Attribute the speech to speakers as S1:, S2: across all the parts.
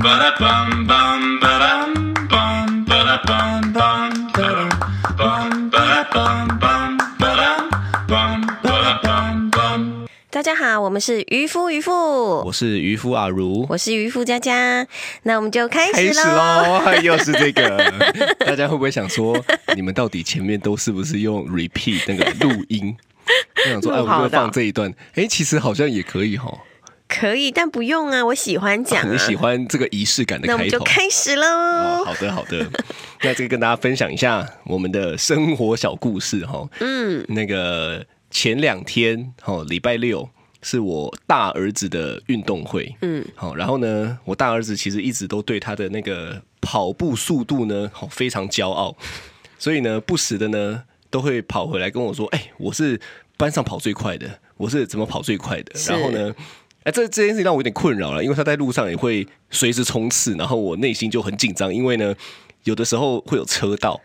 S1: Ba-da-bum, bum, ba-dum, bum, ba-da-bum, bum, ba-dum, bum, ba-da-bum, bum, ba-dum, bum, ba-da-bum, bum.
S2: 大家好，我们是渔夫渔夫，
S3: 我是渔夫阿如，
S2: 我是渔夫佳佳，那我们就开
S3: 开
S2: 始
S3: 始
S2: 喽。
S3: 喽， 又是这个， 大家会不会想说，你们到底前面都是不是用 repeat 那个录 音？我想说，哎，
S2: 录好的
S3: 我就放这一段，哎、其实好像也可以哈、
S2: 可以，但不用啊，我喜欢讲、啊。
S3: 你喜欢这个仪式感的
S2: 那我
S3: 开
S2: 们就
S3: 头。
S2: 开始喽。
S3: 哦，好 的好的，那这个跟大家分享一下我们的生活小故事哈、
S2: 嗯，
S3: 那个前两天，哦，礼拜六是我大儿子的运动会，
S2: 嗯
S3: 嗯，好，然后呢，我大儿子其实一直都对他的那个跑步速度呢，好非常骄傲，所以呢，不时的呢都会跑回来跟我说，哎、我是班上跑最快的，我是怎么跑最快的，
S2: 是
S3: 然后呢。哎，这这件事情让我有点困扰了，因为他在路上也会随时冲刺，然后我内心就很紧张，因为呢，有的时候会有车道，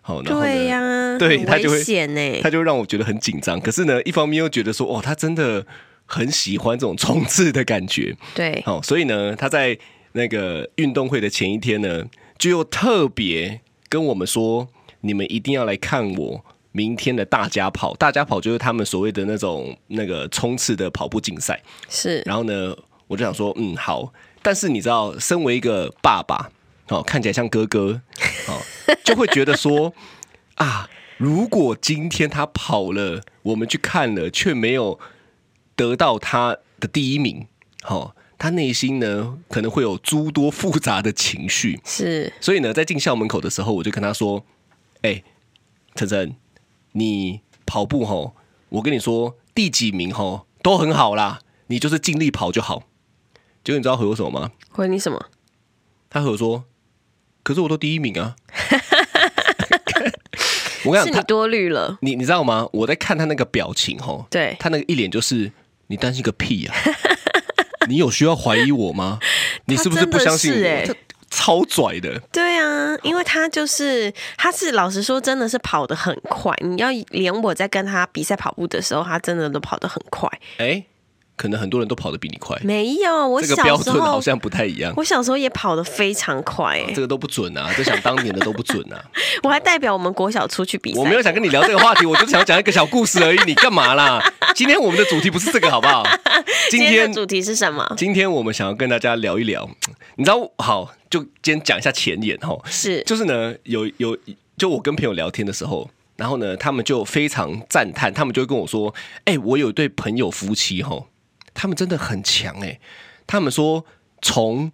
S3: 好，然后呢
S2: 对呀、
S3: 对
S2: 很
S3: 他就会
S2: 危险呢、
S3: 他就让我觉得很紧张。可是呢，一方面又觉得说，哦，他真的很喜欢这种冲刺的感觉。
S2: 对，
S3: 好、所以呢，他在那个运动会的前一天呢，就又特别跟我们说，你们一定要来看我。明天的大家跑，大家跑就是他们所谓的那种那个冲刺的跑步竞赛。
S2: 是
S3: 然后呢，我就想说，嗯，好。但是你知道，身为一个爸爸，哦，看起来像哥哥，哦，就会觉得说，啊，如果今天他跑了，我们去看了，却没有得到他的第一名，哦，他内心呢可能会有诸多复杂的情绪。
S2: 是，
S3: 所以呢，在进校门口的时候，我就跟他说：“哎、晨晨，你跑步吼，我跟你说，第几名吼都很好啦，你就是尽力跑就好。”结果你知道回我什么吗？
S2: 回你什么？
S3: 他回我说：“可是我都第一名啊！” 我跟
S2: 是你
S3: 你讲，他
S2: 多虑了。
S3: 你你知道吗？我在看他那个表情吼，
S2: 对
S3: 他那个一脸就是你担心个屁 呀、你有需要怀疑我吗？你是不是不相信
S2: 他真
S3: 我？
S2: 的是欸
S3: 他超拽的，
S2: 对啊，因为他就是，他是老实说，真的是跑得很快。你要连我在跟他比赛跑步的时候，他真的都跑得很快。
S3: 哎、可能很多人都跑得比你快，
S2: 没有，我
S3: 这个
S2: 小
S3: 标
S2: 时
S3: 准好
S2: 候，
S3: 像不太一样。
S2: 我小时候也跑得非常快、欸
S3: 这个都不 准啊！这想当年的都不准啊！
S2: 我还代表我们国小出去比赛。
S3: 我没有想跟你聊这个话题，我就想讲一个小故事而已。你干嘛啦？今天我们的主题不是这个，好 不好？今
S2: 今
S3: 天
S2: 天的主题是什么？
S3: 今天我们想要跟大家聊一聊，你知道，好，就今天讲一下前言哦。
S2: 是
S3: 就是呢，有有，就我跟朋友聊天的时候，然后呢，他们就非常赞叹，他们就会跟我说：“哎、我有一对朋友夫妻吼，他们真的很强哎、他们说从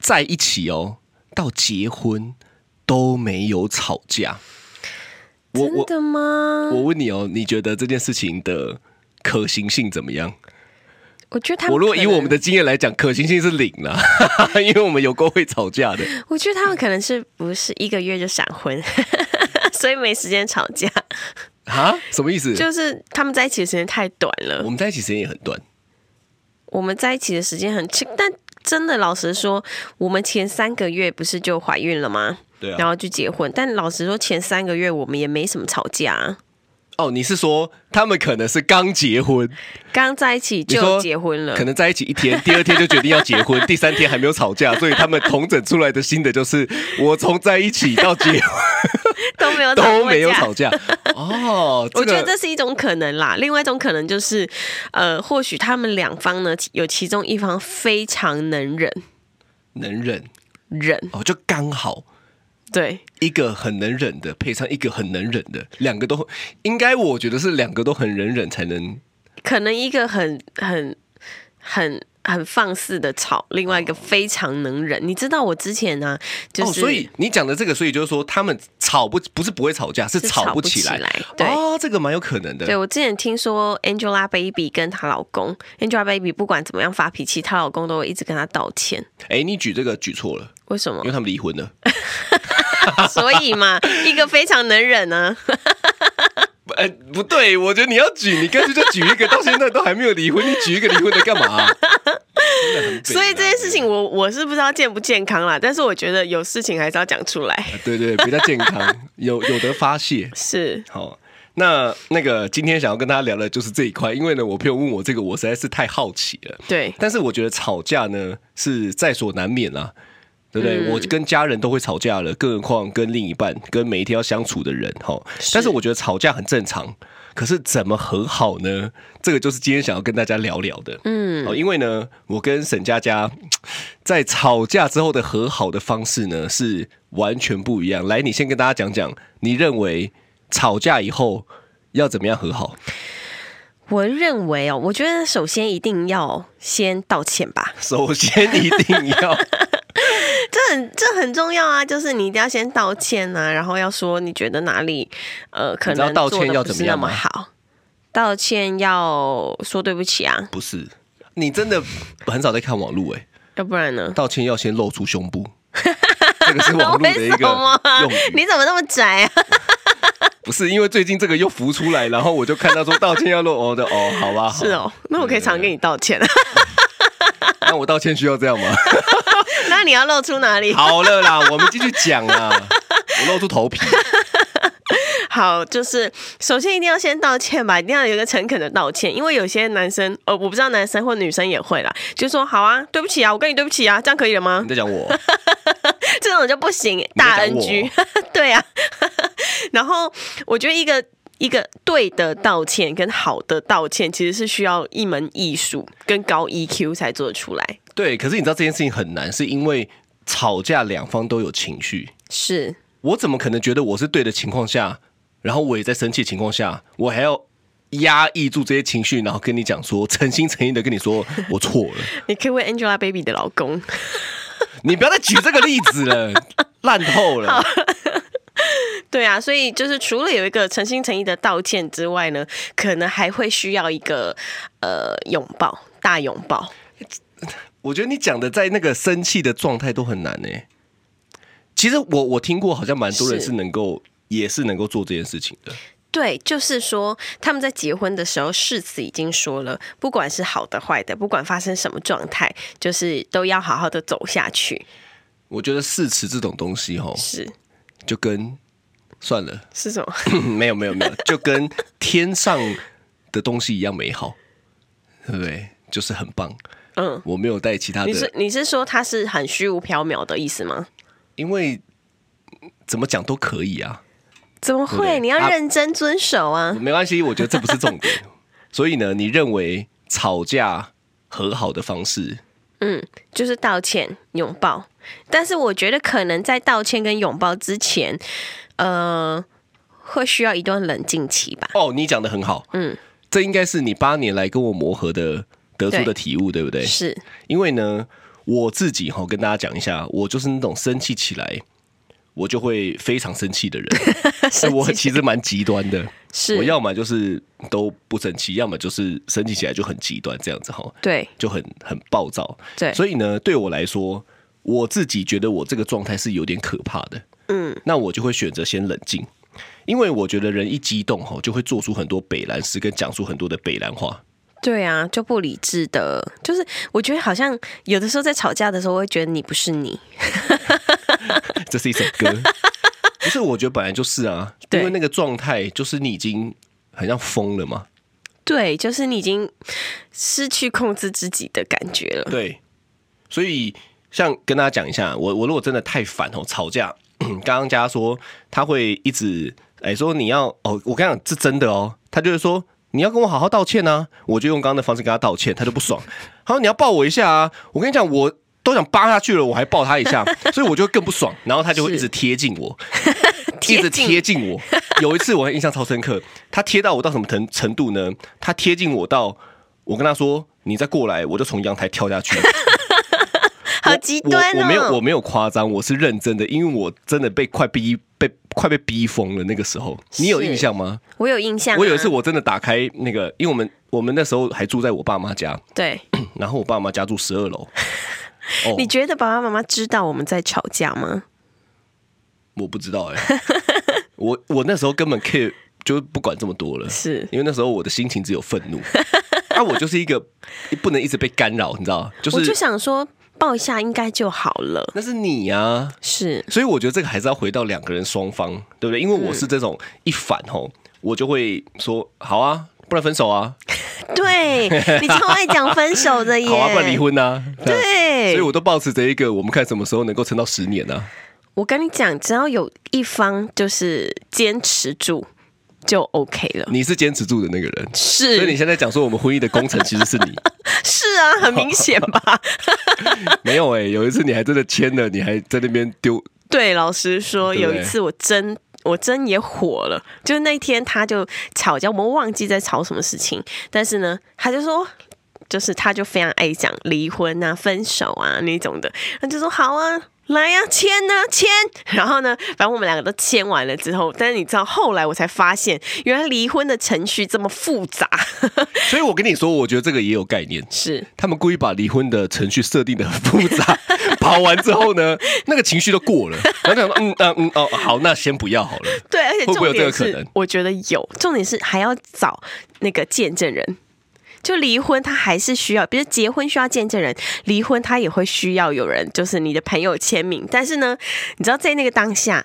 S3: 在一起哦到结婚都没有吵架。我
S2: 真
S3: 我
S2: 的吗？
S3: 我问你哦，你觉得这件事情的可行性怎么样？
S2: 我觉得他们
S3: 我如果
S2: 可
S3: 以
S2: 能
S3: 我们的，经验来讲，可行性是零啦， 因为我们有过会吵架的。
S2: 我觉得他们可能是不是一个月就闪婚， 所以没时间吵架，
S3: 啊？什么意思？
S2: 就是他们在一起的时间太短了
S3: 我。们在一起时间也很短。
S2: 我们在一起的时间很近，但真的老实说，我们前三个月不是就怀孕了吗？
S3: 对啊
S2: 然后就结婚，但老实说，前三个月我们也没什么吵架、啊，
S3: 哦，你是说他们可能是刚结婚，
S2: 刚在一起
S3: 你说
S2: 就结婚了
S3: 可。能在一起一 天，第二天就决定要结婚，第三天还没有吵架，所以他们同整出来的新的就是我从在一起到 结
S2: 哦
S3: 婚
S2: 都没有吵
S3: 都
S2: 过
S3: 没有
S2: 架
S3: 吵架。哦，
S2: 我觉得
S3: 个
S2: 这是一种可能啦，另外一种可能就是，呃，或许他们两方呢，其有其中一方非常能忍，
S3: 能忍
S2: 忍，
S3: 哦，就刚好
S2: 对，
S3: 一个很能忍的配上一个很能忍的，两个都应该我觉得是两个都很能忍才能
S2: 可能一个很很很很放肆的吵，另外一个非常能忍。你知道我之前呢、就是、
S3: 哦，所以你讲的这个，所以就是说他们吵不不是不会吵架，是
S2: 是
S3: 吵
S2: 不
S3: 起来。
S2: 来，对。
S3: 哦，这个蛮有可能的。
S2: 对，我之前听说 Angelababy 跟她老公，Angelababy 不管怎么样发脾气，她老公都会一直跟她道歉。
S3: 哎，你举这个举错了，
S2: 为什么
S3: 因为？他们离婚了。
S2: 所以嘛，一个非常能忍啊呢、
S3: 不呃，不对，我觉得你要举，你干脆就举一个，到现在都还没有离婚，你举一个离婚的干嘛、 真的很北
S2: 所以这件
S3: 蓝
S2: 事情我我是不知道健不健康啦，但是我觉得
S3: 啊
S2: 有事情还是要讲出来。
S3: 对对，比较健康，有有的发泄。
S2: 是
S3: 好，那那个今天想要跟大家聊的就是这一块，因为呢，我朋友问我这个，我实在是太好奇了。
S2: 对，
S3: 但是我觉得吵架呢是在所难免啦、对不对？
S2: 嗯
S3: 我跟家人都会吵架了，更何况跟另一半、跟每一天要相处的人哈。但是我觉得吵架很正常，可是怎么和好呢？这个就是今天想要跟大家聊聊的。嗯，因为呢，我跟沈佳佳在吵架之后的和好的方式呢是完全不一样。来，你先跟大家讲讲，你认为吵架以后要怎么样和好？
S2: 我认为哦，我觉得首先一定要先道歉吧，
S3: 首先一定要
S2: 这很这很重要啊，就是你一定要先道歉啊，然后要说你觉得哪里呃可
S3: 你知道
S2: 能
S3: 道歉
S2: 做得
S3: 要
S2: 不
S3: 怎么
S2: 是那
S3: 样吗
S2: 么好，道歉要说对不起啊，
S3: 不是。你真的 很少在看网络哎、
S2: 要不然呢？
S3: 道歉要先露出胸 部，这个是网络的
S2: 为
S3: 一个
S2: 什么啊
S3: 用语。
S2: 你怎么那么宅啊？
S3: 哦不是因为最近这个又浮出来，然后我就看到说道歉要露哦的哦，好吧，好
S2: 是，哦，那我可以常跟你道歉，啊
S3: 那我道歉需要这样吗？
S2: 那你要露出哪里？
S3: 好了啦，我们继续讲 啦，我露出头皮，
S2: 好，就是首先一定要先道歉吧，一定要有一个诚恳的道歉，因为有些男生，呃，我不知道男生或女生也会啦，就说好啊，对不起啊，我跟你对不起啊，这样可以了吗
S3: 你？在讲我，
S2: 这种就不行，大
S3: 嗯你在讲我
S2: NG，对 啊。然后我觉得一个一个对的道歉跟好的道歉，其实是需要一门艺术跟高 EQ 才做得出来，
S3: 对，可是你知道这件事情很难，是因为吵架两方都有情绪，
S2: 是
S3: 我怎么可能觉得我是对的情况下，然后我也在生气的情况下，我还要压抑住这些情绪，然后跟你讲说，诚心诚意的跟你说我错了。
S2: 你可以问 Angelababy 的老公，
S3: 你不要再举这个例子了，烂透了。
S2: 对啊，所以就是除了有一个诚心诚意的道歉之外呢，可能还会需要一个呃拥抱，大拥抱。
S3: 我觉得你讲的在那个生气的状态都很难呢、其实我我听过，好像蛮多人
S2: 是
S3: 是能够，也是能够做这件事情的。
S2: 对，就是说他们在结婚的时候誓词已经说了，不管是好的坏的，不管发生什么状态，就是都要好好的走下去。
S3: 我觉得誓词这种东西，吼，
S2: 是
S3: 就跟算了，
S2: 是什么？
S3: 没有没有没有，就跟天上的东西一样美好，对不对？就是很棒。
S2: 嗯，
S3: 我没有带其他
S2: 你是
S3: 的，
S2: 你是说它是很虚无缥缈的意思吗？
S3: 因为怎么讲都可以啊。
S2: 怎么
S3: 对
S2: 会？
S3: 对
S2: 你要
S3: 啊
S2: 认真遵守啊！
S3: 没关系，我觉得这不是重点。所以呢，你认为吵架和好的方式，
S2: 嗯，就是道歉、拥抱。但是我觉得可能在道歉跟拥抱之前，呃，会需要一段冷静期吧。
S3: 哦，你讲的很好，
S2: 嗯，
S3: 这应该是你八年来跟我磨合的得出的
S2: 对
S3: 体悟，对不对？
S2: 是
S3: 因为呢，我自己哈跟大家讲一下，我就是那种生气起来。我就会非常生气 的人，所以我其实蛮极端的。
S2: 是，
S3: 我要么就是都不生气，要么就是生气起来就很极端这样子哈。
S2: 对
S3: 就很很暴躁。
S2: 对
S3: 所以呢，对我来说，我自己觉得我这个状态是有点可怕的。
S2: 嗯，
S3: 那我就会选择先冷静，因为我觉得人一激动吼，就会做出很多北兰诗，跟讲出很多的北兰话。
S2: 对啊，就不理智的，就是我觉得好像有的时候在吵架的时候，我会觉得你不是你，
S3: 这是一首歌， 不是？我觉得本来就是啊，
S2: 对
S3: 因为那个状态就是你已经很像疯了嘛。
S2: 对，就是你已经失去控制自己的感觉了。
S3: 对，所以像跟大家讲一下，我我如果真的太烦哦，吵架， 刚刚佳说他会一直哎、说你要哦，我跟你讲是真的哦，他就会说你要跟我好好道歉啊，我就用刚刚的方式跟他道歉，他就不爽，他说你要抱我一下啊，我跟你讲我。都想扒下去了，我还抱他一下，所以我就更不爽，然后他就会一直贴近我， 一直贴近我。有一次我印象超深刻，他贴到我到什么程程度呢？他贴近我到我跟他说：“你再过来，我就从阳台跳下去。”
S2: 好极端哦！
S3: 我我没有我没有夸张，我是认真的，因为我真的被快逼被快被逼疯了。那个时候你有印象吗？
S2: 我有印象、啊，
S3: 我有一次我真的打开那个，因为我们我们那时候还住在我爸妈家，嗯
S2: 对，
S3: 然后我爸妈家住十二楼。哦
S2: 你，觉得爸爸妈妈知道我们在吵架吗？
S3: 我不知道哎、 我我那时候根本 care 就不管这么多了，
S2: 是
S3: 因为那时候我的心情只有愤 怒。那、我就是一个不能一直被干扰，你知道，就是
S2: 我就想说抱一下应该就好了。
S3: 那是你啊，
S2: 是
S3: 所以我觉得这个还是要回到两个人双方，对不对？因为我是这种一反吼，我就会说好啊，不然分手啊，
S2: 对你超爱讲分手的耶，
S3: 好啊，不然离。婚啊。这样
S2: 对，
S3: 所以我都保持着一个，我们看什么时候能够撑到十年啊。
S2: 我跟你讲，只要有一方就是坚持住，就 OK 了。
S3: 你是坚持住的那个人，所以你
S2: 是
S3: 现在讲说我们婚姻的工程其实是你，
S2: 是啊，很明显吧？
S3: 没有哎、有一次你还真的签了，你还在那边丢，
S2: 对，老实说，
S3: 对不
S2: 有
S3: 对
S2: 一次我真。我真也火了，就是那一天他就吵架，我们忘记在吵什么事情，但是呢，他就说，就是他就非常爱讲离婚啊、分手啊那种的，他就说好啊，来呀、啊，签呐、啊，签。然后呢，反正我们两个都签完了之后，但是你知道后来我才发现，原来离婚的程序这么复杂，
S3: 所以我跟你说，我觉得这个也有概念。
S2: 是
S3: 他们故意把离婚的程序设定的很复 杂，跑完之后呢，那个情绪都过了，然后想说嗯嗯嗯哦好，那先不要好了。
S2: 对，而且
S3: 会不会有
S2: 重
S3: 这
S2: 点
S3: 个可
S2: 是，
S3: 能
S2: 我觉得有，重点是还要找那个见证人。就离婚，他还是需要，比如结婚需要见证人，离婚他也会需要有人，就是你的朋友签名。但是呢，你知道在那个当下，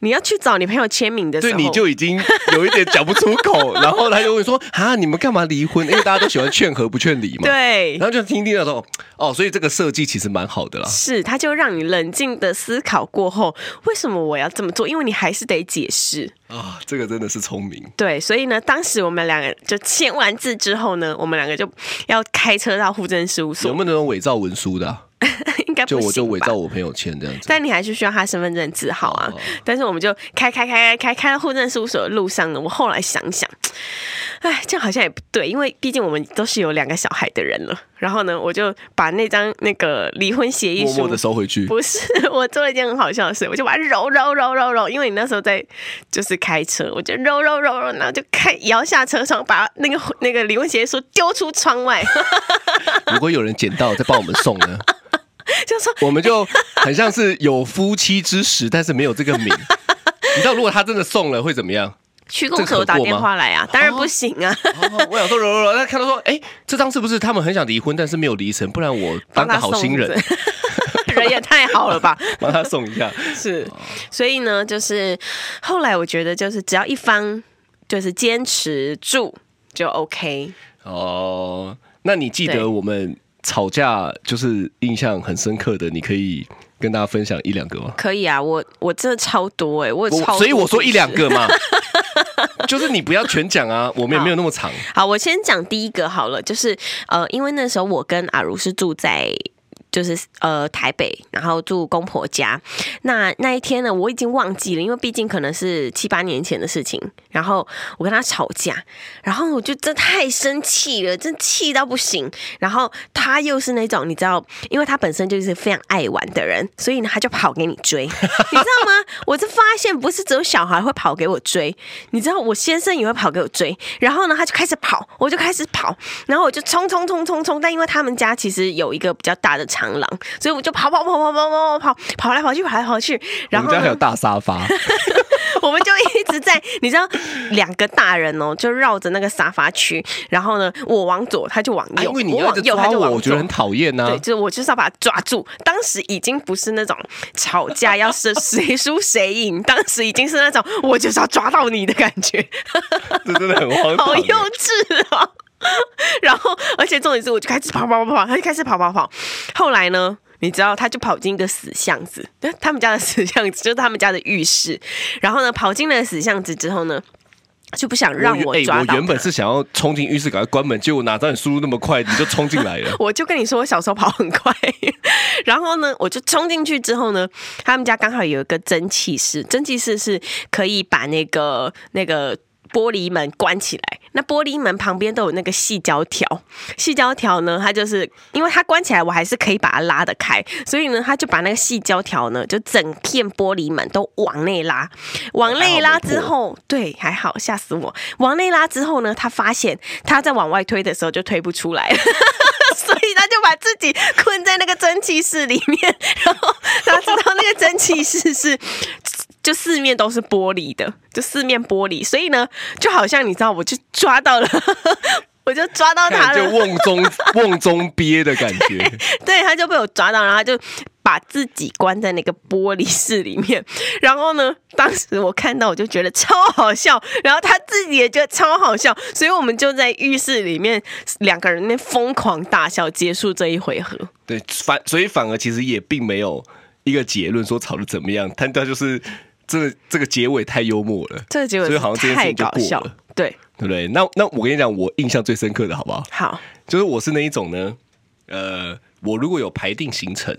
S2: 你要去找你朋友签名的时
S3: 对，
S2: 候，
S3: 你就已经有一点讲不出 口，然后他就会说啊，你们干嘛离婚？因为大家都喜欢劝和不劝离嘛。。
S2: 对
S3: 然，后就听听到说哦，所以这个设计其实蛮好 的啦。
S2: 是，他就让你冷静的思考过后，为什么我要这么做？因为你还是得解释。
S3: 啊，这个真的是聪明。
S2: 对，所以呢，当时我们两个就签完字之后呢，我们两个就要开车到户政事务
S3: 有
S2: 所
S3: 没，有那种伪造文书的啊、
S2: 应该不行
S3: 就
S2: 吧
S3: 我就伪造我朋友签这样子。
S2: 但你还是需要他身份证字号啊。
S3: 哦
S2: 但是我们就开开开开开开到户政事务所的路上呢，我后来想想，哎，这样好像也不对，因为毕竟我们都是有两个小孩的人了。然后呢，我就把那张那个离婚协议
S3: 默
S2: 书
S3: 默的。收回去，
S2: 不是，我做了一件很好笑的事，我就把它揉揉揉揉揉，因为你那时候在就是开车，我就揉揉揉揉，然后就开摇下车窗，把那个那个离婚协议书丢出窗外，
S3: 如果有人捡到再帮我们送呢，
S2: 就说
S3: 我们就很像是有夫妻之实，但是没有这个名。你知道，如果他真的送了会怎么样？
S2: 区
S3: 这
S2: 公
S3: 可
S2: 所打
S3: 过
S2: 电
S3: 吗
S2: 话来啊，当然不行啊。
S3: 哦，我想说柔柔柔，他看到说，哎、这张是不是他们很想离婚，但是没有离成？不然我当个好心人，，
S2: 人 也太好了 吧？
S3: 帮他送一下。
S2: 是，所以呢，就是后来我觉得，就是只要一方就是坚持住就 OK。
S3: 哦，那你记
S2: 对
S3: 得我们吵架就是印象很深刻的，你可以跟大家分享一两个吗？
S2: 可以啊，我我真的超多哎、我有
S3: 我
S2: 超多
S3: 所以我说一两
S2: 故事。
S3: 个 嘛，就是你不要全讲啊，我们也没有那么长。
S2: 好，我先讲第一个好了，就是呃，因为那时候我跟阿如是住在。就是呃台北，然后住公婆家。那那一天呢，我已经忘记了，因为毕竟可能是七八年前的事情。然后我跟他吵架，然后我就真的太生气了，真气到不行。然后他又是那种你知道，因为他本身就是非常爱玩的人，所以呢他就跑给你追，你知道吗？我就发现不是只有小孩会跑给我追，你知道我先生也会跑给我追，然后呢，他就开始跑，我就开始跑，然后我就冲冲冲冲冲，但因为他们家其实有一个比较大的长廊，所以我就跑跑跑跑跑跑跑跑跑来跑去跑来跑去，然
S3: 我
S2: 后
S3: 们家还有
S2: 呢，
S3: 大沙发，
S2: 我们就一直在，你知道，两个大人哦，就绕着那个沙发区，然后呢，我往左，他就往
S3: 啊
S2: 右，
S3: 因为你
S2: 我
S3: 要一
S2: 往
S3: 直
S2: 右，
S3: 抓
S2: 他就
S3: 我，
S2: 往
S3: 我觉得
S2: 左
S3: 很。讨厌啊呐
S2: 对，。就是我就是要把他抓住。当时已经不是那种吵架要是谁输谁赢，当时已经是那种我就是要抓到你的感觉。
S3: 这 真的很荒 唐
S2: 好幼稚哦。然后，而且重点是，我就开始跑跑跑跑，他就开始跑跑跑。后来呢，你知道，他就跑进一个死巷子，他们家的死巷子就是他们家的浴室。然后呢，跑进了死巷子之后呢，就不想让
S3: 我
S2: 我
S3: 原哎
S2: 抓到他。。
S3: 我原本是想要冲进浴室赶快关门，结果哪知道你速度那么快，你就冲进来了
S2: 我就跟你说，我小时候跑很快， 然后呢，我就冲进去之后呢，他们家刚好有一个蒸汽室，蒸汽室是可以把那个那个。玻璃门关起来，那玻璃门旁边都有那个细胶条，细胶条呢，它就是因为它关起来，我还是可以把它拉得开，所以呢，他就把那个细胶条呢，就整片玻璃门都往内拉，往内拉之后，对，还好，吓死我，往内拉之后呢，他发现他在往外推的时候就推不出来了。 所以他就把自己困在那个蒸汽室里面，然后他知道那个蒸汽室是。 就四面都是玻璃的，就四面玻璃，所以呢，就好像你知道，我就抓到了 我就抓到他
S3: 看就
S2: 了，
S3: 瓮 中瓮中鳖的感觉，
S2: 对，他就被我抓到，然后他就把自己关在那个玻璃室里面。然后呢，当时我看到我就觉得超好笑，然后他自己也觉得超好笑，所以我们就在浴室里面两个人那边疯狂大笑，结束这一回合。
S3: 对，反所以反而其实也并没有一个结论说吵得怎么样，但他就是这这个结尾太幽默了，
S2: 这个结
S3: 所以好
S2: 果
S3: 像这件事
S2: 太
S3: 情就
S2: 搞
S3: 过
S2: 笑
S3: 了，，
S2: 对，
S3: 对不对？那那我跟你讲，我印象最深刻的好不好？
S2: 好，
S3: 就是我是那一种呢，呃，我如果有排定行程，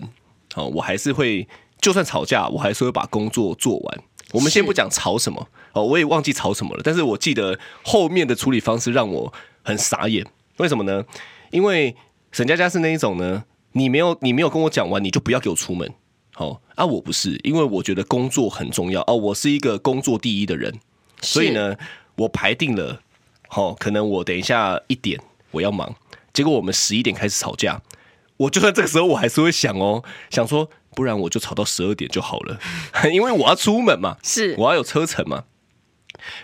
S3: 哦，我还是会就算吵架，我还是会把工作做完。我们先
S2: 是
S3: 不讲吵什么哦，我也忘记吵什么了，但是我记得后面的处理方式让我很傻眼。为什么呢？因为沈佳佳是那一种呢，你没有你没有跟我讲完，你就不要给我出门。好、啊，我不是，因为我觉得工作很重要哦，我是一个工作第一的人，所以
S2: 是，
S3: 呢，我排定了，好、可能我等一下一点我要忙，结果我们十一点开始吵架，我就算这个时候我还是会想哦，想说不然我就吵到十二点就好了， 因为我要出门嘛，
S2: 是
S3: 我要有车程嘛。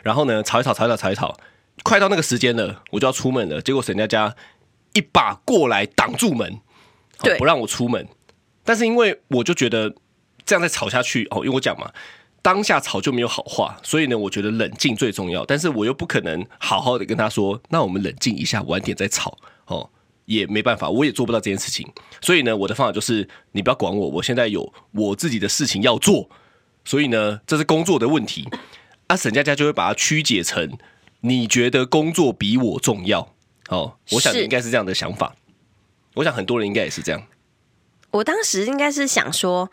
S3: 然后呢，吵一吵，吵一吵，吵一吵，快到那个时间了，我就要出门了，结果沈佳佳一把过来挡住门，好
S2: 对
S3: 不让我出门。但是因为我就觉得这样再吵下去，哦，因为我讲嘛，当下吵就没有好话，所以呢，我觉得冷静最重要。但是我又不可能好好的跟他说，那我们冷静一下，晚点再吵哦，也没办法，我也做不到这件事情。所以呢，我的方法就是，你不要管我，我现在有我自己的事情要做，所以呢，这是工作的问题。啊，沈佳佳就会把它曲解成你觉得工作比我重要哦。我想你
S2: 是
S3: 应该是这样的想法，我想很多人应该也是这样。
S2: 我当时应该是想说，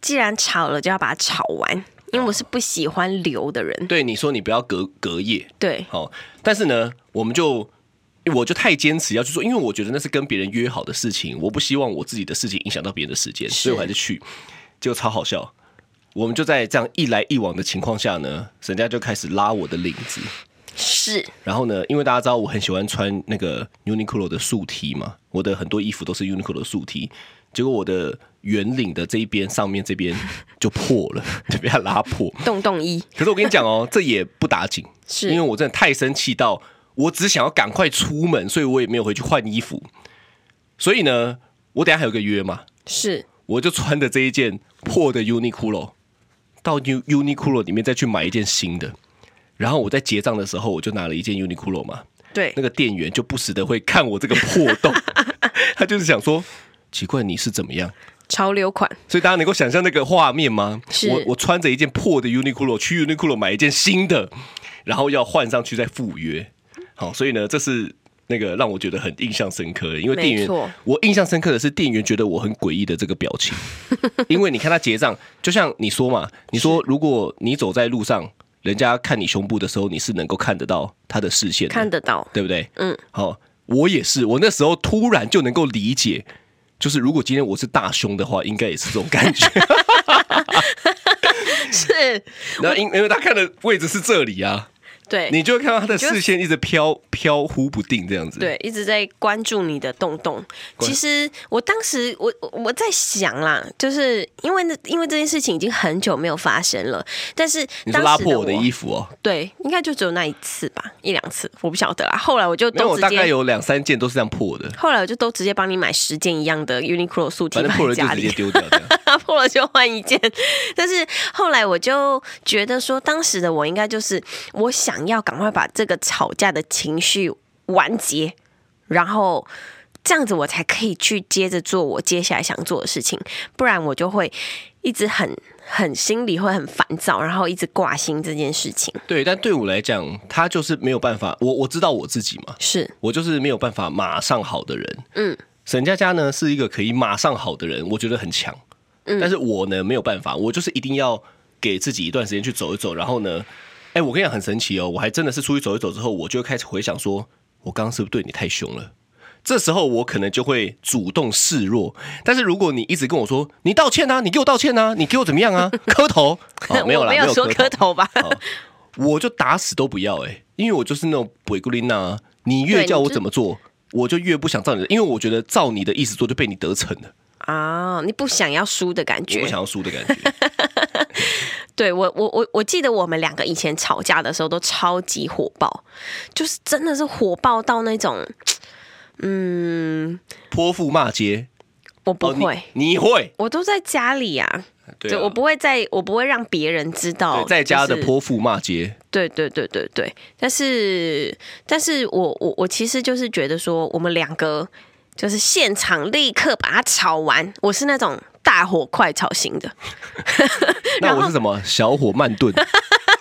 S2: 既然吵了就要把它吵完，因为我是不喜欢留的人，
S3: 对你说，你不要隔隔夜，
S2: 对，
S3: 好、但是呢，我们就我就太坚持要去做，因为我觉得那是跟别人约好的事情，我不希望我自己的事情影响到别人的时间，所以我还是去。结果超好笑，我们就在这样一来一往的情况下呢，人家就开始拉我的领子，
S2: 是
S3: 然后呢，因为大家知道我很喜欢穿那个 Uniqlo 的素 T 嘛，我的很多衣服都是 Uniqlo 的素 T，结果我的圆领的这一边上面这边就破了，就被他拉破。
S2: 洞洞一，
S3: 可是我跟你讲哦，这也不打紧，
S2: 是
S3: 因为我真的太生气到，我只想要赶快出门，所以我也没有回去换衣服。所以呢，我等一下还有个约嘛，
S2: 是
S3: 我就穿着这一件破的 Uniqlo 到 U Uniqlo 里面再去买一件新的。然后我在结账的时候，我就拿了一件 Uniqlo 嘛，
S2: 对
S3: 那，个店员就不时的会看我这个破洞， 他就是想说，奇怪你是怎么样？
S2: 潮流款，
S3: 所以大家能够想象那个画面吗？
S2: 是
S3: 我我穿着一件破的 Uniqlo 去 Uniqlo 买一件新的，然后要换上去再赴约。好，所以呢，这是那个让我觉得很印象深刻的，因为店
S2: 没
S3: 员
S2: 错，
S3: 我印象深刻的是店员觉得我很诡异的这个表 情，因为你看他结账，就像你说嘛，你说如果你走在路上，人家看你胸部的时候，你是能够看得到他的视线的，
S2: 看得 到，
S3: 对不对？
S2: 嗯，
S3: 好，我也是，我那时候突然就能够理解，就是如果今天我是大胸的话，应该也是这种 感觉。
S2: 是，
S3: 然后因因为他看的位置是这里啊，
S2: 对，
S3: 你就会看到他的
S2: 觉得
S3: 视线一直飘飘忽不定这样子。，
S2: 对，一直在关注你的洞洞。其实我当时我我我在想啦，就是因为那因为这件事情已经很久没有发生了，但是
S3: 你
S2: 当
S3: 说
S2: 时
S3: 拉破我
S2: 我
S3: 的衣服哦，
S2: 对，应该就只有那一次吧，一两次，我不晓得啦。后来我就
S3: 没有，
S2: 都
S3: 我
S2: 直
S3: 大概
S2: 接。
S3: 有两三件都是这样破的，
S2: 后来我就都直接帮你买十件一样的 Uniqlo 素 T
S3: 反正破
S2: 放在
S3: 了
S2: 家
S3: 就直接
S2: 里，
S3: 丢掉这样。
S2: 破了就换一件。但是后来我就觉得说，当时的我应该就是我想要赶快把这个吵架的情绪完结，然后这样子我才可以去接着做我接下来想做的事情，不然我就会一直很很心里会很烦躁，然后一直挂心这件事情。
S3: 对，但对我来讲，他就是没有办法，我我知道我自己嘛，
S2: 是
S3: 我就是没有办法马上好的人。
S2: 嗯，
S3: 沈佳佳呢是一个可以马上好的人，我觉得很强。嗯，但是我呢没有办法，我就是一定要给自己一段时间去走一走，然后呢，哎、我跟你讲很神奇哦，我还真的是出去走一走之后，我就会开始回想说，我刚刚是不是对你太凶了？这时候我可能就会主动示弱，但是如果你一直跟我说你道歉啊，你给我道歉啊，你给我怎么样啊，磕头，好没有
S2: 我
S3: 啦，
S2: 没有说
S3: 磕
S2: 磕头 吧？
S3: 好我就打死都不要哎、因为我就是那种鬼姑林娜，啊你越
S2: 对
S3: 叫
S2: 你
S3: 我
S2: 就
S3: 怎么做，我就越不想照你的，因为我觉得照你的意思做就被你得逞了，
S2: 哦啊，你不想要输的感
S3: 我
S2: 觉
S3: 不想要输的感觉。
S2: 对我，我我我记得我们两个以前吵架的时候都超级火爆，就是真的是火爆到那种，嗯，
S3: 泼妇骂街，
S2: 我 不
S3: 哦你
S2: 会，
S3: 你会，
S2: 我都在家里啊，
S3: 对
S2: 就
S3: 啊
S2: 我不会在，我不会让别人知道
S3: 对在家的
S2: 就是
S3: 泼妇骂 街，
S2: 对对对对对，但是，但是我我我其实就是觉得说，我们两个就是现场立刻把它炒完。我是那种大火快炒型的，
S3: 那
S2: 然
S3: 我
S2: 后
S3: 是什么小火慢 炖？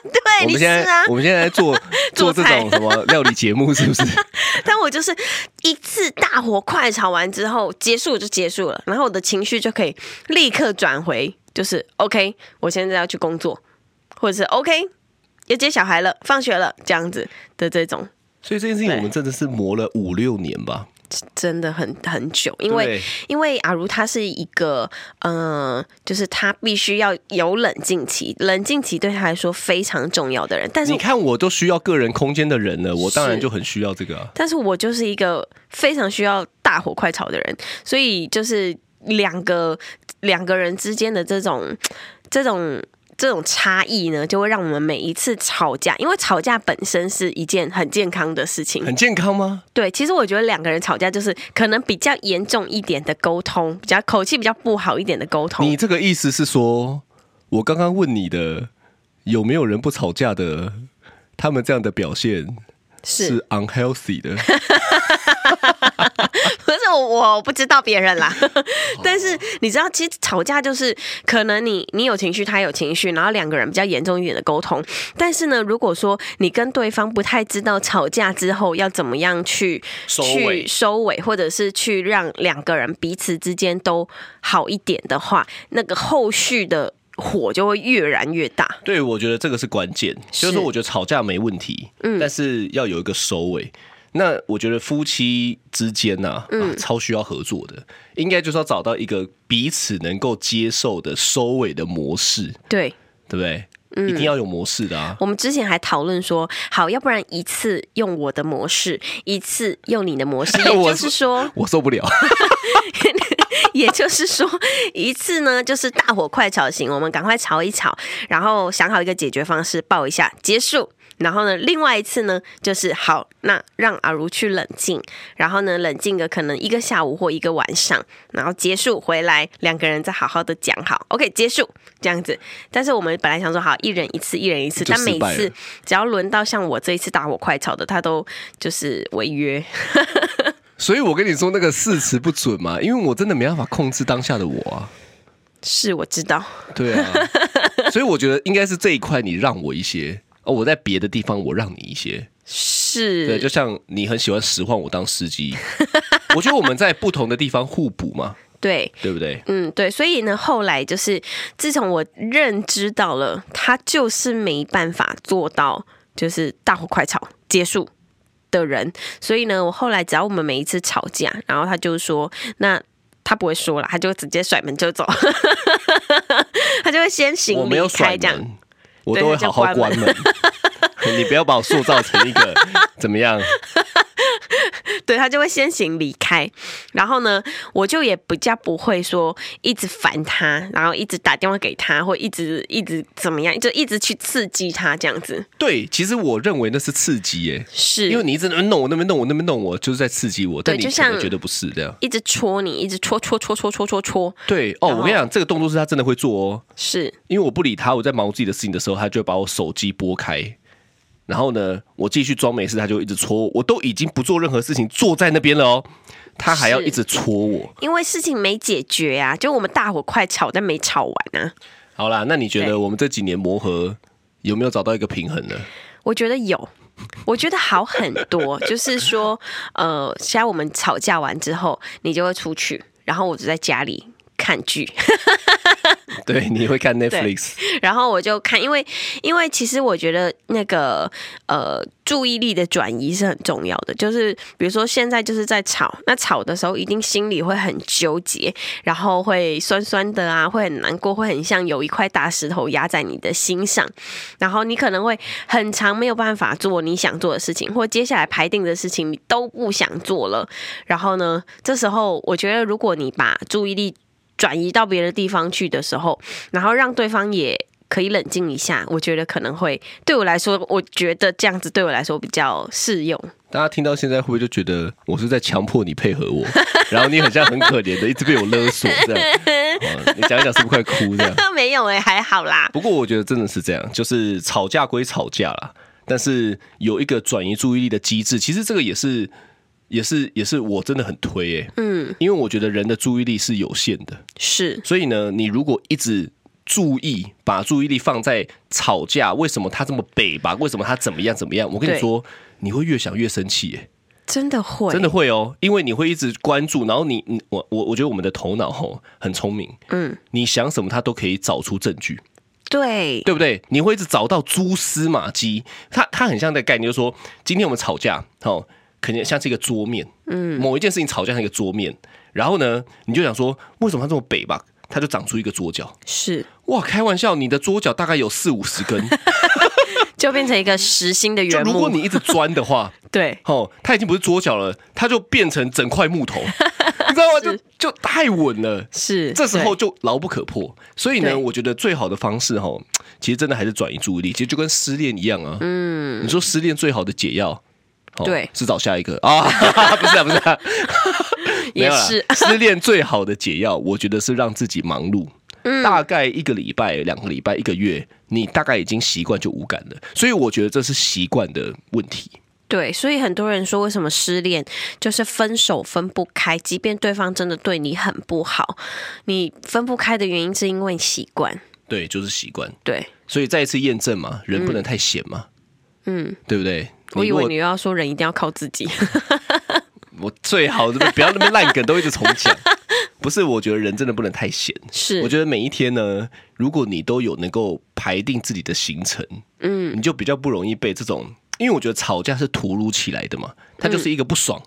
S2: 对，
S3: 我
S2: 你
S3: 们
S2: 是
S3: 现在
S2: 啊
S3: 我，们现在做
S2: 做
S3: 做这
S2: 菜
S3: 种什么料理 节目，是不是？
S2: 但我就是一次大火快炒完之后结束就结束了，然后我的情绪就可以立刻转回，就是 OK，我现在要去工作，或者是 OK 要接小孩了，放学了这样子的这种。
S3: 所以这件事情
S2: 对
S3: 我们真的是磨了五六年吧。
S2: 真的很很久，因为
S3: 对
S2: 因为阿如他是一个，呃，就是他必须要有冷静期，冷静期对他来说非常重要的人。但是
S3: 你看，我都需要个人空间的人了，我当然
S2: 是
S3: 就很需要这个、啊。
S2: 但是我就是一个非常需要大火快炒的人，所以就是两个两个人之间的这种这种。这种差异呢，就会让我们每一次吵架，因为吵架本身是一件很健康的事情，
S3: 很健康吗？
S2: 对，其实我觉得两个人吵架就是可能比较严重一点的沟通，比较口气比较不好一点的沟
S3: 你
S2: 通。
S3: 这个意思是说，我刚刚问你的有没有人不吵架的，他们这样的表现
S2: 是
S3: 是 unhealthy 的。
S2: 可是我我不知道别人 啦， 但是你知道，其实吵架就是可能你你有情绪，他有情绪，然后两个人比较严重一点的沟通。但是呢，如果说你跟对方不太知道吵架之后要怎么样去
S3: 收尾
S2: 去收尾，或者是去让两个人彼此之间都好一点的话，那个后续的火就会越燃越大。
S3: 对，我觉得这个是关键，就是
S2: 是嗯
S3: 说，我觉得吵架没问题，但是要有一个收尾。那我觉得夫妻之间呐、啊
S2: 嗯
S3: 超需要合作的，应该就是要找到一个彼此能够接受的收尾的模式，
S2: 对。
S3: 对不对？
S2: 嗯
S3: 一定要有模式的啊。
S2: 我们之前还讨论说，好，要不然一次用我的模式，一次用你的模 式，也
S3: 我
S2: 就是说，
S3: 我受不了，
S2: 也就是说，一次呢就是大火快炒型，我们赶快炒一炒，然后想好一个解决方式，报一下结束。然后呢，另外一次呢就是好，那让阿如去冷静，然后呢冷静个可能一个下午或一个晚上，然后结束回来，两个人再好好的讲好，OK，结束这样子。但是我们本来想说好，一人一次，一人一次，
S3: 就
S2: 但
S3: 失败
S2: 每
S3: 了
S2: 次只要轮到像我这一次大火快炒的，他都就是违约。
S3: 所以我跟你说那个誓词不准嘛，因为我真的没办法控制当下的我啊。
S2: 是我知道，
S3: 对啊， 所以我觉得应该是这一块你让我一些，哦，我在别的地方我让你一些。
S2: 是
S3: 对，就像你很喜欢使唤我当司机， 我觉得我们在不同的地方互补嘛，
S2: 对
S3: 对不对？
S2: 嗯，对，所以呢，后来就是自从我认知到了，他就是没办法做到，就是大火快炒结束的人，所以呢，我后来只要我们每一次吵架，然后他就说，那他不会说了，他就直接甩门就走， 他就会先行
S3: 我没有
S2: 离
S3: 甩
S2: 开这样。
S3: 门，我
S2: 对
S3: 都会
S2: 他
S3: 好
S2: 就
S3: 好关
S2: 关
S3: 门。 你不要把我塑造成一个 怎么样？
S2: 对他就会先行离开，然后呢，我就也比较不会说一直烦他，然后一直打电话给他，或一直一直怎么样，就一直去刺激他这样子。
S3: 对，其实我认为那是刺激耶，
S2: 是，
S3: 因为你一直在那边弄我那边弄我那边弄我，就是在刺激我，但
S2: 对
S3: 你
S2: 就
S3: 可能
S2: 像
S3: 觉得不是这样。
S2: 一直戳你，一直戳戳戳戳戳戳戳，
S3: 对
S2: 然
S3: 哦，我
S2: 后
S3: 跟你讲，这个动作是他真的会做哦，
S2: 是
S3: 因为我不理他，我在忙我自己的事情的时候，他就会把我手机拨开，然后呢，我继续装没事，他就一直戳我，我都已经不做任何事情，坐在那边了哦，他还要
S2: 是
S3: 一直戳我。
S2: 因为事情没解决啊，就我们大伙快吵，但没吵完啊。
S3: 好啦，那你觉
S2: 对
S3: 得我们这几年磨合有没有找到一个 平衡呢？
S2: 我觉得有，我觉得好很 多，就是说，呃，现在我们吵架完之后，你就会出去，然后我就在家里看剧。
S3: 对，你会看 Netflix，
S2: 然后我就看，因为因为其实我觉得那个呃注意力的转移是很重要的，就是比如说现在就是在吵，那吵的时候一定心里会很纠结，然后会酸酸的啊，会很难过，会很像有一块大石头压在你的心上，然后你可能会很长没有办法做你想做的事情，或接下来排定的事情你都不想做了，然后呢，这时候我觉得如果你把注意力转移到别的地方去的时候，然后让对方也可以冷静一下，我觉得可能会对我来说，我觉得这样子对我来说比较适用。
S3: 大家听到现在会不会就觉得我是在强迫你配合我，然后你很像很可怜的，一直被我勒索这样？哦、你讲一讲是不是快哭这样？
S2: 没有哎、还好啦。
S3: 不过我觉得真的是这样，就是吵架归吵架啦，但是有一个转移注意力的机制，其实这个也是。也是也是，我真的很推诶、嗯，因为我觉得人的注意力是有限的，
S2: 是，
S3: 所以呢，你如果一直注意，把注意力放在吵架，为什么他这么北吧？为什么他怎么样怎么样？我跟你
S2: 对
S3: 说，你会越想越生气、耶
S2: 真的会，
S3: 真的会哦，因为你会一直关注，然后你你我我我觉得我们的头脑吼很聪明，嗯，你想什么他都可以找出证据，
S2: 对，
S3: 对不对？你会一直找到蛛丝马迹，它它很像的概念，就是说，今天我们吵架，哦，肯定像是一个桌面，嗯，某一件事情吵架像一个桌面，然后呢，你就想说，为什么他这么北吧？他就长出一个桌角，
S2: 是，
S3: 哇，开玩笑，你的桌角大概有四五十根，
S2: 就变成一个实心的
S3: 就
S2: 原
S3: 如果
S2: 木。
S3: 你一直钻的话，
S2: 对，
S3: 哦，它已经不是桌角了，它就变成整块木头，你知道吗？就就太稳了。
S2: 是，
S3: 这时候
S2: 对
S3: 就牢不可破，所以
S2: 对
S3: 呢，我觉得最好的方式哈，其实真的还是转移注意力，其实就跟失恋一样啊。嗯，你说失恋最好的解药，哦
S2: 对
S3: 是找下一个啊， 不是啊，不是啊，没
S2: 也
S3: 有啦
S2: 是
S3: 失恋最好的解药，我觉得是让自己忙碌。
S2: 嗯
S3: 大概一个礼拜、两个礼拜、一个月，你大概已经习惯就无感了，所以我觉得这是习惯的问题。
S2: 对，所以很多人说，为什么失恋就是分手分不开？即便对方真的对你很不好，你分不开的原因是因为习惯。
S3: 对，就是习惯。
S2: 对，
S3: 所以再一次验证嘛，人不能太闲嘛，嗯，对不对？
S2: 我以
S3: 如
S2: 为
S3: 果
S2: 你又要说人一定要靠自己。
S3: 我最好的不要那么烂梗都一直重讲。不是，我觉得人真的不能太闲。
S2: 是
S3: 我觉得每一天呢，如果你都有能够排定自己的行程，嗯，你就比较不容易被这种，因为我觉得吵架是突如其来的嘛，它就是一个不爽，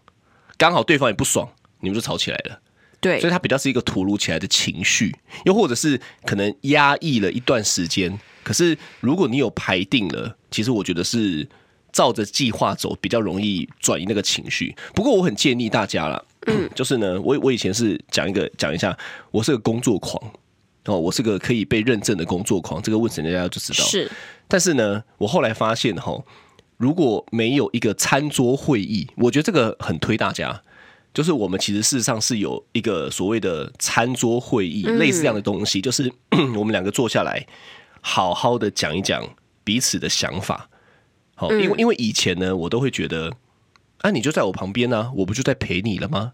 S3: 刚好对方也不爽，你们就吵起来了。
S2: 对
S3: 所以它比较是一个突如其来的情绪，又或者是可能压抑了一段时间。可是如果你有排定了，其实我觉得是照着计划走，比较容易转移那个情绪。不过我很建议大家啦，
S2: 嗯
S3: 就是呢，我我以前是讲一个讲一下，哦我是个工作狂。哦，我是个可以被认证的工作狂，这个问人家就知道。
S2: 是，
S3: 但是呢，我后来发现哈，如果没有一个餐桌会议，我觉得这个很推大家。就是我们其实事实上是有一个所谓的餐桌会议，类似这样的东西，就是 我们两个坐下来，好好的讲一讲彼此的想法。好，因为因为以前呢，我都会觉得，啊，你就在我旁边呢、我不就在陪你了吗？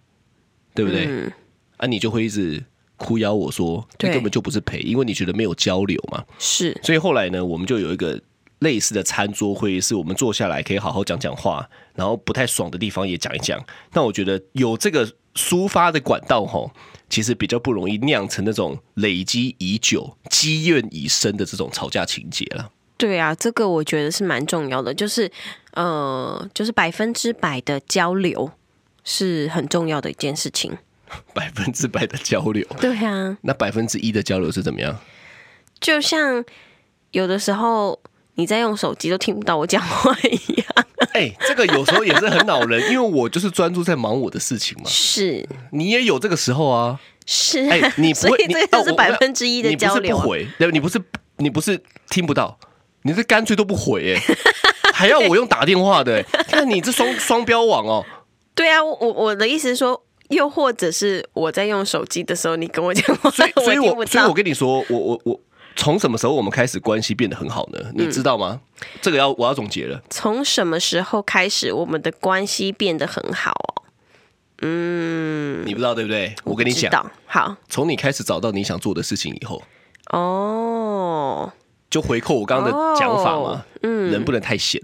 S3: 对不对？啊，你就会一直哭邀我说，这
S2: 对
S3: 根本就不是陪，因为你觉得没有交流嘛。
S2: 是，
S3: 所以后来呢，我们就有一个类似的餐桌会议，是我们坐下来可以好好讲讲话，然后不太爽的地方也讲一讲。那我觉得有这个抒发的管道吼，其实比较不容易酿成那种累积已久、积怨已深的这种吵架情节了。
S2: 对啊，这个我觉得是蛮重要的，就是呃，就是百分之百的交流是很重要的一件事情。
S3: 百分之百的交流，
S2: 对啊，
S3: 那百分之一的交流是怎么样？
S2: 就像有的时候你在用手机都听不到我讲话一样。
S3: 哎、这个有时候也是很恼人，因为我就是专注在忙我的事情嘛。
S2: 是
S3: 你也有这个时候啊，
S2: 是啊，
S3: 哎、 你不
S2: 所
S3: 会，
S2: 以
S3: 你
S2: 这
S3: 哦
S2: 就
S3: 我
S2: 是百分之一的交
S3: 你不
S2: 流
S3: 是
S2: 啊
S3: 不。回，对，你不是你不是听不到，你是干脆都不回、哎，还要我用打电话的、哎看你这双双标网哦，
S2: 对啊，我我我的意思是说，又或者是我在用手机的时候，你 跟我讲话，
S3: 所以所以
S2: 听不
S3: 我所以我
S2: 到。
S3: 跟你说，我我我从什么时候我们开始关系变得很好呢？
S2: 嗯
S3: 你知道吗？这个要我要总结了，
S2: 从什么时候开始，我们的关系变得很好哦？
S3: 你不知道对不对？我跟你
S2: 嗯知
S3: 讲，
S2: 道，好
S3: 从你开始找到你想做的事情以后，
S2: 哦，
S3: 就回扣我刚刚的讲法嘛
S2: 哦，
S3: 嗯，人不能 太闲，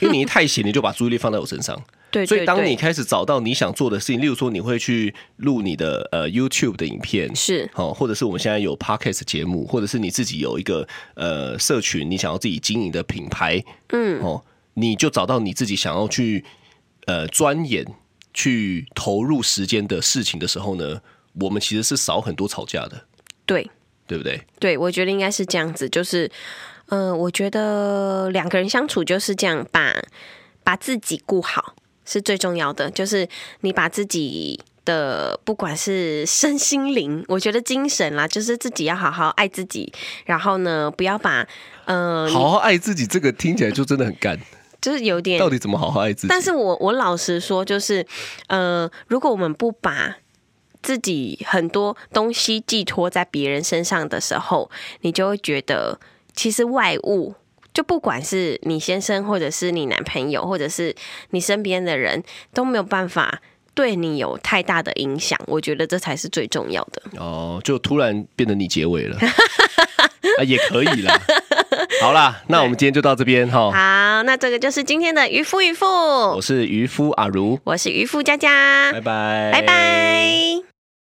S3: 因为你一太闲，你就把注意力放在我身上。
S2: 对，
S3: 所以
S2: 对
S3: 当
S2: 对
S3: 你开始找到你想做的事情，例如说你会去录你的呃 YouTube 的影片，
S2: 是
S3: 好，或者是我们现在有 Podcast 节目，或者是你自己有一个呃社群，你想要自己经营的品牌，嗯，哦，你就找到你自己想要去呃钻研、去投入时间的事情的时候呢，我们其实是少很多吵架的，
S2: 对
S3: 对不对？
S2: 对，我觉得应该是这样子，就是，呃，我觉得两个人相处就是这样，把把自己顾好是最重要的，就是你把自己的，不管是身心灵，我觉得精神啦，就是自己要好好爱自己，然后呢，不要把呃，你
S3: 好好爱自己，这个听起来就真的很 干。
S2: 就是有点
S3: 到底怎么好好爱自己？
S2: 但是我我老实说，就是呃，如果我们不把自己很多东西寄托在别人身上的时候，你就会觉得其实外物。就不管是你先生，或者是你男朋友，或者是你身边的人，都没有办法对你有太大的影响。我觉得这才是最重要的。
S3: 哦，就突然变成你结尾了， 啊，也可以啦。好啦，那我们今天就到这边哈。
S2: 好，那这个就是今天的渔夫渔妇，
S3: 我是渔夫阿如，
S2: 我是渔夫佳佳，
S3: 拜拜，
S2: 拜拜